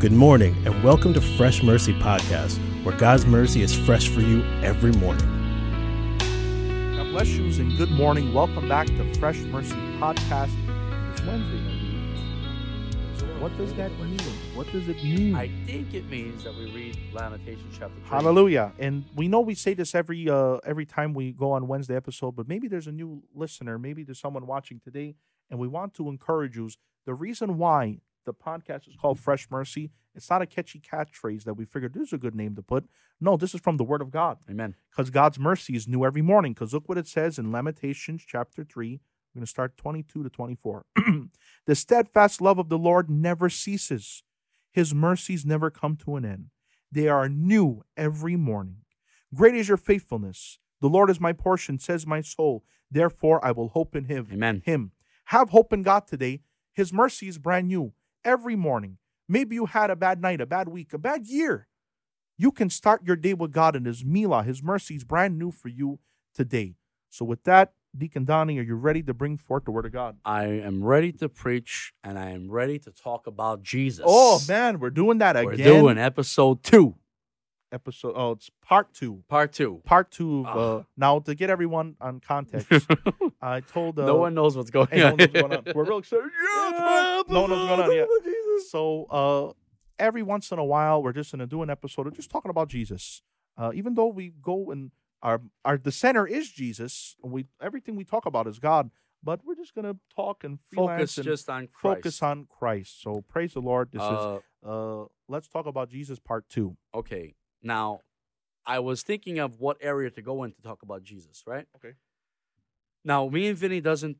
Good morning, and welcome to Fresh Mercy Podcast, where God's mercy is fresh for you every morning. God bless you and good morning. Welcome back to Fresh Mercy Podcast. It's Wednesday. What does that mean? What does it mean? I think it means that we read Lamentations chapter three. Hallelujah. And we know we say this every uh, every time we go on Wednesday episode, but maybe there's a new listener, maybe there's someone watching today, and we want to encourage you. The reason why the podcast is called Fresh Mercy, it's not a catchy catchphrase that we figured this is a good name to put. No, this is from the Word of God. Amen. because God's mercy is new every morning. Because look what it says in Lamentations chapter 3. We're going to start 22 to 24. the steadfast love of the Lord never ceases, His mercies never come to an end. They are new every morning. Great is your faithfulness. The Lord is my portion, says my soul. Therefore, I will hope in Him Amen. him. Have hope in God today. His mercy is brand new every morning. Maybe you had a bad night, a bad week, a bad year. You can start your day with God and His Mila. His mercy is brand new for you today. So, with that, Deacon Donnie, are you ready to bring forth the Word of God? I am ready to preach and I am ready to talk about Jesus. Oh, man, we're doing that again. We're doing episode two, Episode, oh, it's part two. part two. Part two of, uh, Ah. now to get everyone on context, I told, uh, no one knows what's going hey, no one knows on. what's going on. We're real excited. Yeah, it's part- no one knows what's going on. Yeah. Jesus. So uh, every once in a while, we're just going to do an episode of just talking about Jesus. Uh, even though we go and our our the center is Jesus, we everything we talk about is God, but we're just going to talk and freelance Focus and just on Christ. focus on Christ. So praise the Lord. This is Uh, uh, let's talk about Jesus part two. okay. Now, I was thinking of what area to go in to talk about Jesus, right? Okay. Now, me and Vinny doesn't,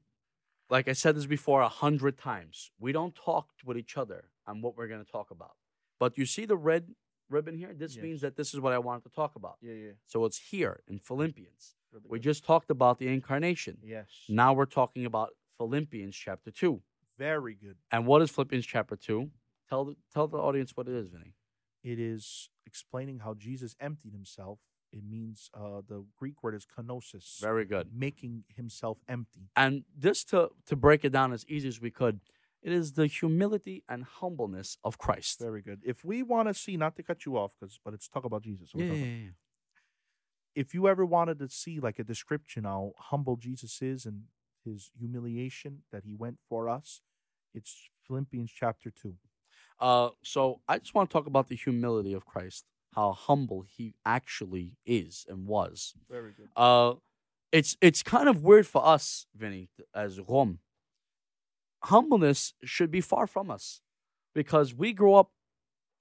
like I said this before a hundred times, we don't talk with each other on what we're going to talk about. But you see the red ribbon here? This Yes. means that this is what I wanted to talk about. Yeah, yeah. So it's here in Philippians. We just talked about the incarnation. yes, Now we're talking about Philippians chapter 2. very good. And what is Philippians chapter 2? Tell the, tell the audience what it is, Vinny. It is explaining how Jesus emptied himself. It means uh, the Greek word is kenosis, Very good. making himself empty. And this to to break it down as easy as we could, it is the humility and humbleness of Christ. Very good. If we want to see, not to cut you off, because but it's talk about Jesus. so we're Yeah, talking- yeah, yeah. If you ever wanted to see like a description how humble Jesus is and his humiliation that he went for us, it's Philippians chapter two. Uh, so I just want to talk about the humility of Christ, how humble he actually is and was. Very good. Uh, it's it's kind of weird for us, Vinny, as Rom. Humbleness should be far from us, because we grow up.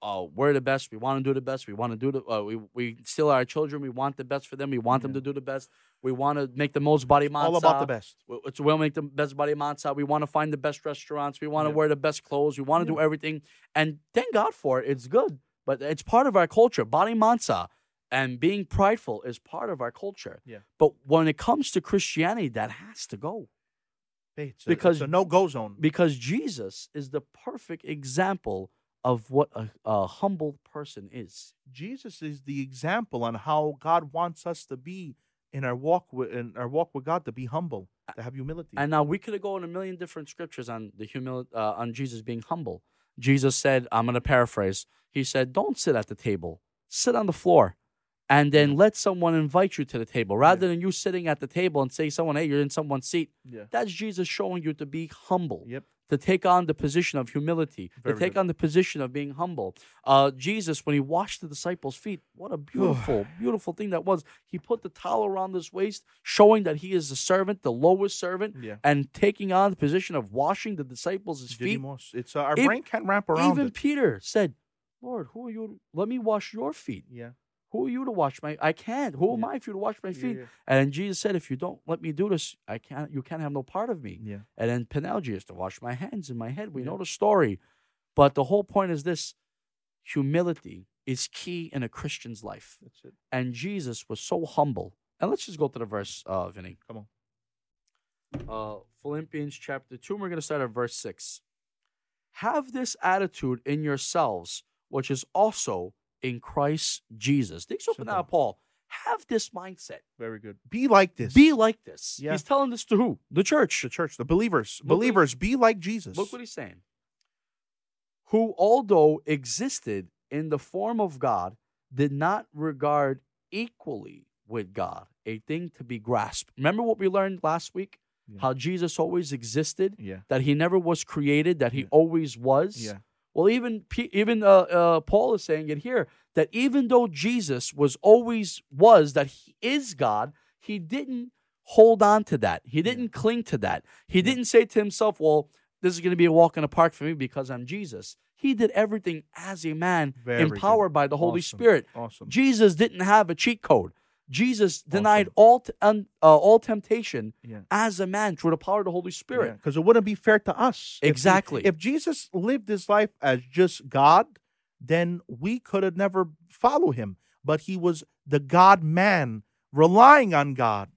Oh, we're the best. We want to do the best. We want to do the. Uh, we we still are our children. We want the best for them. We want them Yeah. to do the best. We want to make the most body matzah. All about the best. We- It's we'll make the best body matzah. We want to find the best restaurants. We want to Yeah. wear the best clothes. We want to Yeah. do everything. And thank God for it. It's good, but it's part of our culture. Body matzah and being prideful is part of our culture. Yeah. But when it comes to Christianity, that has to go Hey, it's a, Because- it's a no-go zone. because Jesus is the perfect example of what a, a humble person is. Jesus is the example on how God wants us to be in our walk with in our walk with God to be humble, to have humility. And now we could go in a million different scriptures on the humil- uh, on Jesus being humble. Jesus said, I'm going to paraphrase. He said, "Don't sit at the table. Sit on the floor." And then let someone invite you to the table rather than you sitting at the table and say someone, "Hey, you're in someone's seat." yeah. That's Jesus showing you to be humble. Yep. to take on the position of humility, Very to take good. on the position of being humble. Uh, Jesus, when he washed the disciples' feet, what a beautiful, beautiful thing that was. He put the towel around his waist, showing that he is the servant, the lowest servant, Yeah. and taking on the position of washing the disciples' feet. Didymos. It's uh, our Ev- brain can't wrap around Even it. Peter said, Lord, who are you? to- Let me wash your feet. Yeah. Who are you to wash my? I can't. Who am Yeah. I for you to wash my Yeah, feet? yeah. And Jesus said, If you don't let me do this, I can't. You can't have no part of me. yeah. And then Penelope is to wash my hands and my head. We Yeah. know the story. But the whole point is this humility is key in a Christian's life. That's it. And Jesus was so humble. And let's just go to the verse, uh, Vinny. Come on. Uh, Philippians chapter 2, and we're going to start at verse 6. Have this attitude in yourselves, which is also in Christ Jesus. Think so Simple. now, Paul. Have this mindset. Very good. Be like this. Be like this. Yeah. He's telling this to who? The church. the church, the believers. Look what he- believers, be like Jesus. Look what he's saying. who, although existed in the form of God, did not regard equally with God a thing to be grasped. Remember what we learned last week? Yeah. How Jesus always existed, Yeah. that he never was created, that he Yeah. always was. Yeah. Well, even P- even uh, uh, Paul is saying it here that even though Jesus was always was that he is God, he didn't hold on to that. He didn't cling to that. He didn't say to himself, "Well, this is going to be a walk in the park for me because I'm Jesus." He did everything as a man, Very good. empowered by the Holy Awesome. Spirit. Awesome. Jesus didn't have a cheat code. Jesus denied Awesome. all t- un- uh, all temptation Yeah. as a man through the power of the Holy Spirit. Because it wouldn't be fair to us. If we- Exactly. If, Jesus lived his life as just God, then we could have never follow him. But he was the God man, relying on God.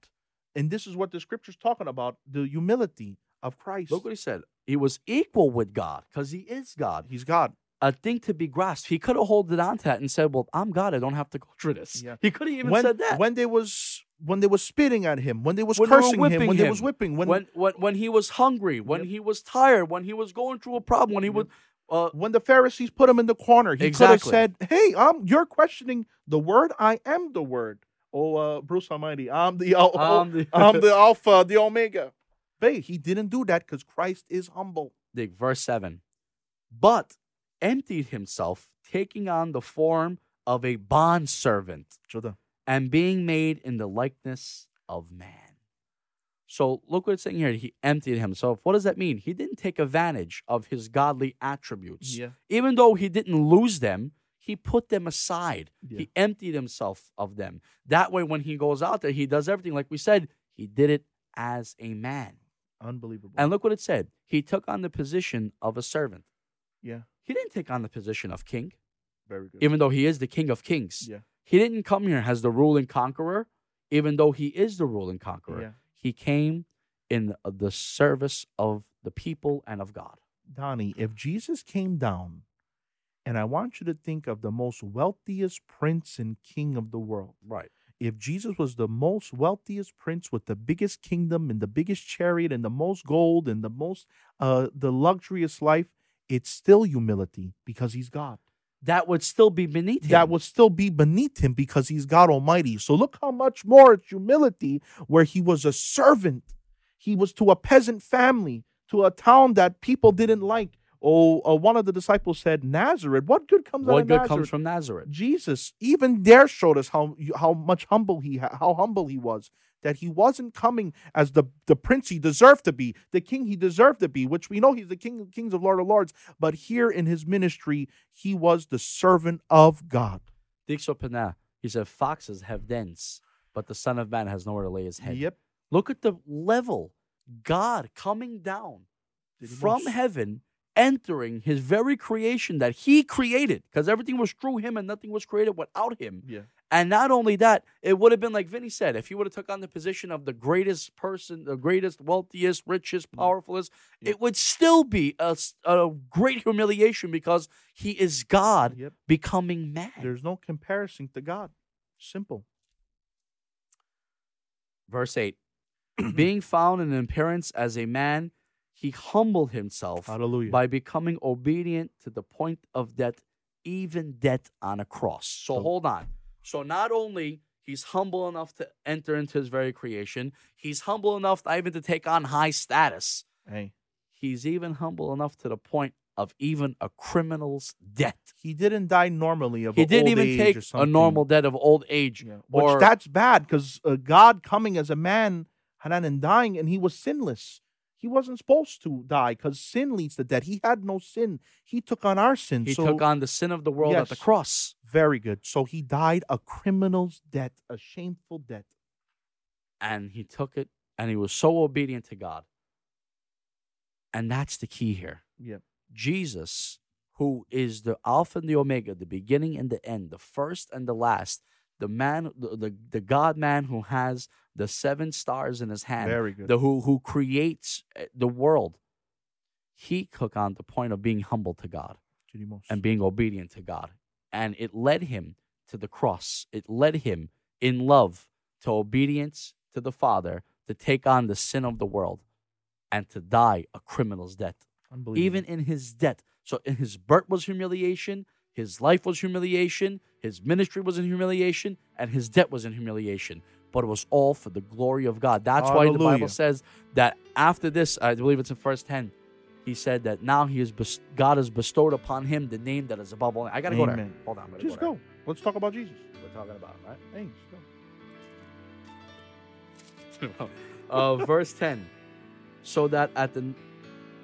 And this is what the scripture's talking about the humility of Christ. Look what he said. He was equal with God because he is God. He's God. A thing to be grasped. He could have holded on to that and said, "Well, I'm God. I don't have to go through this." Yeah. He could have even when, said that. when they was when they was spitting at him, when they was When they were cursing him, whipping when they him. was whipping, when when, when, when when he was hungry, when Yep. he was tired, when he was going through a problem, when he Yep. would. Uh, the Pharisees put him in the corner, he Exactly. could have said, "Hey, um, you're questioning the word. I am the word. Oh, uh, Bruce Almighty, I'm the al- um, the, I'm Oh, the Alpha, the Omega." But he didn't do that because Christ is humble. Dig, verse 7. But emptied himself, taking on the form of a bondservant and being made in the likeness of man. So look what it's saying here. He emptied himself. What does that mean? He didn't take advantage of his godly attributes. Even though he didn't lose them, he put them aside. Yeah. He emptied himself of them. That way, when he goes out there, he does everything. Like we said, he did it as a man. unbelievable. And look what it said. He took on the position of a servant. yeah, He didn't take on the position of king, very good. even though he is the king of kings. Yeah. He didn't come here as the ruling conqueror, even though he is the ruling conqueror. yeah, He came in the service of the people and of God. Donnie, if Jesus came down, and I want you to think of the most wealthiest prince and king of the world. Right. if Jesus was the most wealthiest prince with the biggest kingdom and the biggest chariot and the most gold and the most uh the luxurious life, it's still humility because he's God. That would still be beneath him. That would still be beneath him because he's God Almighty. So look how much more it's humility where he was a servant. He was to a peasant family, to a town that people didn't like. Oh, uh, one of the disciples said, Nazareth, what good comes out what of good Nazareth? comes from Nazareth. Jesus even there showed us how how much humble he ha- how humble he was that he wasn't coming as the the prince he deserved to be the king he deserved to be which we know he's the king of kings of lord of lords but here in his ministry he was the servant of God Dixopana, he said, Foxes have dens, but the Son of Man has nowhere to lay his head. Look at the level God coming down Did he from most- heaven, entering his very creation that he created, because everything was through him and nothing was created without him. yeah And not only that, it would have been like Vinny said, if he would have took on the position of the greatest person, the greatest, wealthiest, richest, Yeah. powerfulest, Mm. Yeah. it would still be a, s- a great humiliation because he is God yep becoming man. there's no comparison to God simple Verse 8 Being found in appearance as a man, he humbled himself hallelujah by becoming obedient to the point of death, even death on a cross. So So- hold on. So not only he's humble enough to enter into his very creation, he's humble enough not even to take on high status. hey He's even humble enough to the point of even a criminal's death. he didn't die normally of He a didn't old even age take or a something. normal death of old age. Yeah. Which Or that's bad because uh, God coming as a man, Hanan, and dying, and he was sinless. He wasn't supposed to die because sin leads to death. He had no sin. He took on our sin. he so took on the sin of the world at the Yes. cross. very good. So he died a criminal's death, a shameful death. and he took it and he was so obedient to God. And that's the key here. Yep. Jesus, who is the Alpha and the Omega, the beginning and the end, the first and the last, the man, the, the, the God man who has the seven stars in his hand, very good. the who who creates eh, the world, he took on the point of being humble to God Chidimos. and being obedient to God. And it led him to the cross. It led him in love to obedience to the Father to take on the sin of the world and to die a criminal's death. Unbelievable. even in his death. So in his birth was humiliation, his life was humiliation, his ministry was in humiliation, and his death was in humiliation. But it was all for the glory of God. That's why the Hallelujah. Bible says that after this, I believe it's in verse 10, he said that now he is bes- God has bestowed upon him the name that is above all. I gotta go there. Amen. Hold on, I'm gonna just go. go. Let's talk about Jesus. there. We're talking about it, right? Hey, just go. uh, verse 10. So that at the.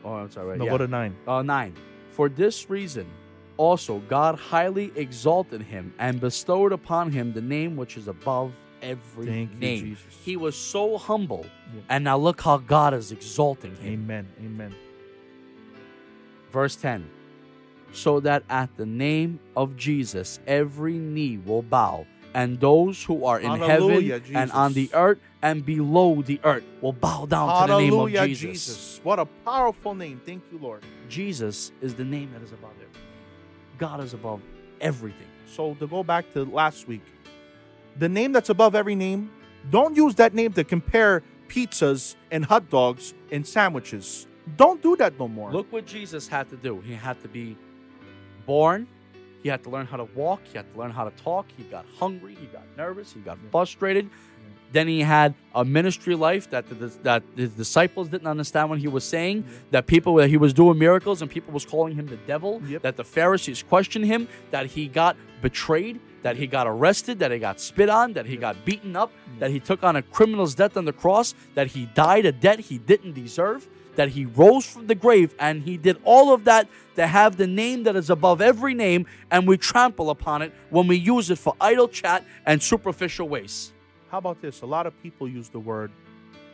Oh, I'm sorry. right, No, yeah. go to nine. uh, 9. For this reason, also God highly exalted him and bestowed upon him the name which is above every Thank you, name. Jesus. He was so humble, Yeah. and now look how God is exalting him. Amen. Amen. Verse 10 So that at the name of Jesus every knee will bow, and those who are in Hallelujah, heaven and on the Jesus. earth and below the earth will bow down to the name Hallelujah, of Jesus. Jesus. What a powerful name. Thank you, Lord. Jesus is the name that is above everything. God is above everything. So to go back to last week, the name that's above every name, don't use that name to compare pizzas and hot dogs and sandwiches. Don't do that no more. Look what Jesus had to do. He had to be born. He had to learn how to walk. He had to learn how to talk. He got hungry. He got nervous. He got frustrated. Then he had a ministry life that the, that the disciples didn't understand what he was saying. That people that he was doing miracles and people was calling him the devil. Yep. That the Pharisees questioned him. That he got betrayed. That he got arrested. That he got spit on. That he got beaten up. That he took on a criminal's death on the cross. That he died a debt he didn't deserve that he rose from the grave and he did all of that to have the name that is above every name and we trample upon it when we use it for idle chat and superficial ways. How about this? A lot of people use the word,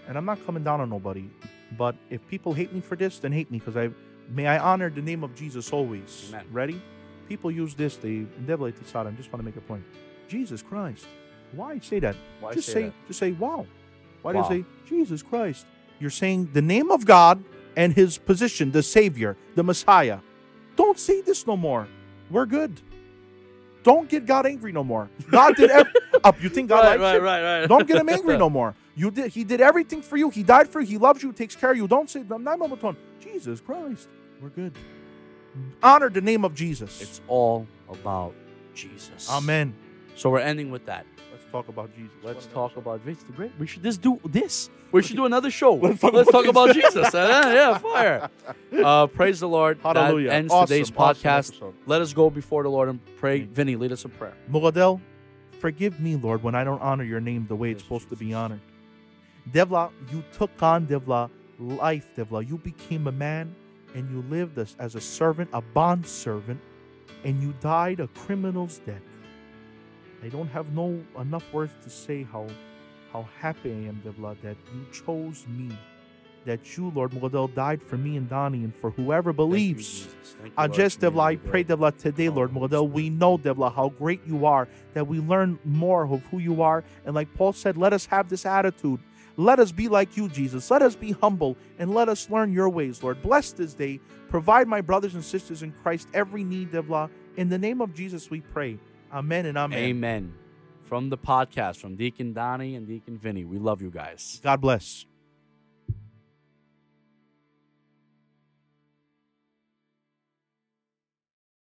and I'm not coming down on nobody, but if people hate me for this, then hate me because I may I honor the name of Jesus always. Amen. Ready? People use this. They devil ate the sodom. Just want to make a point. Jesus Christ. Why say that? Why just say that? just say wow. Why Wow. do you say Jesus Christ? You're saying the name of God and His position, the Savior, the Messiah. Don't say this no more. We're good. Don't get God angry no more. God did. Ev- up. You think God likes you? right, right. Don't get him angry no more. You did. He did everything for you. He died for you. He loves you. Takes care of you. Don't say the name of the tone. Jesus Christ. We're good. Honor the name of Jesus. It's all about Jesus. Amen. So we're ending with that. Let's talk about Jesus. Let's What talk about about this. The great. We should just do this. We should do another show. Let's talk Let's about talk about Jesus. yeah, yeah, fire. Uh, praise the Lord. Hallelujah. That ends Awesome, today's awesome podcast. episode. Let us go before the Lord and pray. Vinny, lead us in prayer. Muradel, forgive me, Lord, when I don't honor your name the way it's Yes, supposed to be Jesus. honored. Devla, you took on Devla life, Devla. You became a man and you lived as, as a servant, a bond servant, and you died a criminal's death. I don't have no enough words to say how how happy I am, Devla, that you chose me. That you, Lord Muradel, died for me and Donnie and for whoever believes. I just, Devla, I pray, Devla, today, Lord, Holy Mordel, we know, Devla, how great you are, that we learn more of who you are. And like Paul said, let us have this attitude. Let us be like you, Jesus. Let us be humble and let us learn your ways, Lord. Bless this day. Provide my brothers and sisters in Christ every need, Devla. In the name of Jesus, we pray. Amen and amen. Amen. From the podcast, from Deacon Donnie and Deacon Vinny, we love you guys. God bless.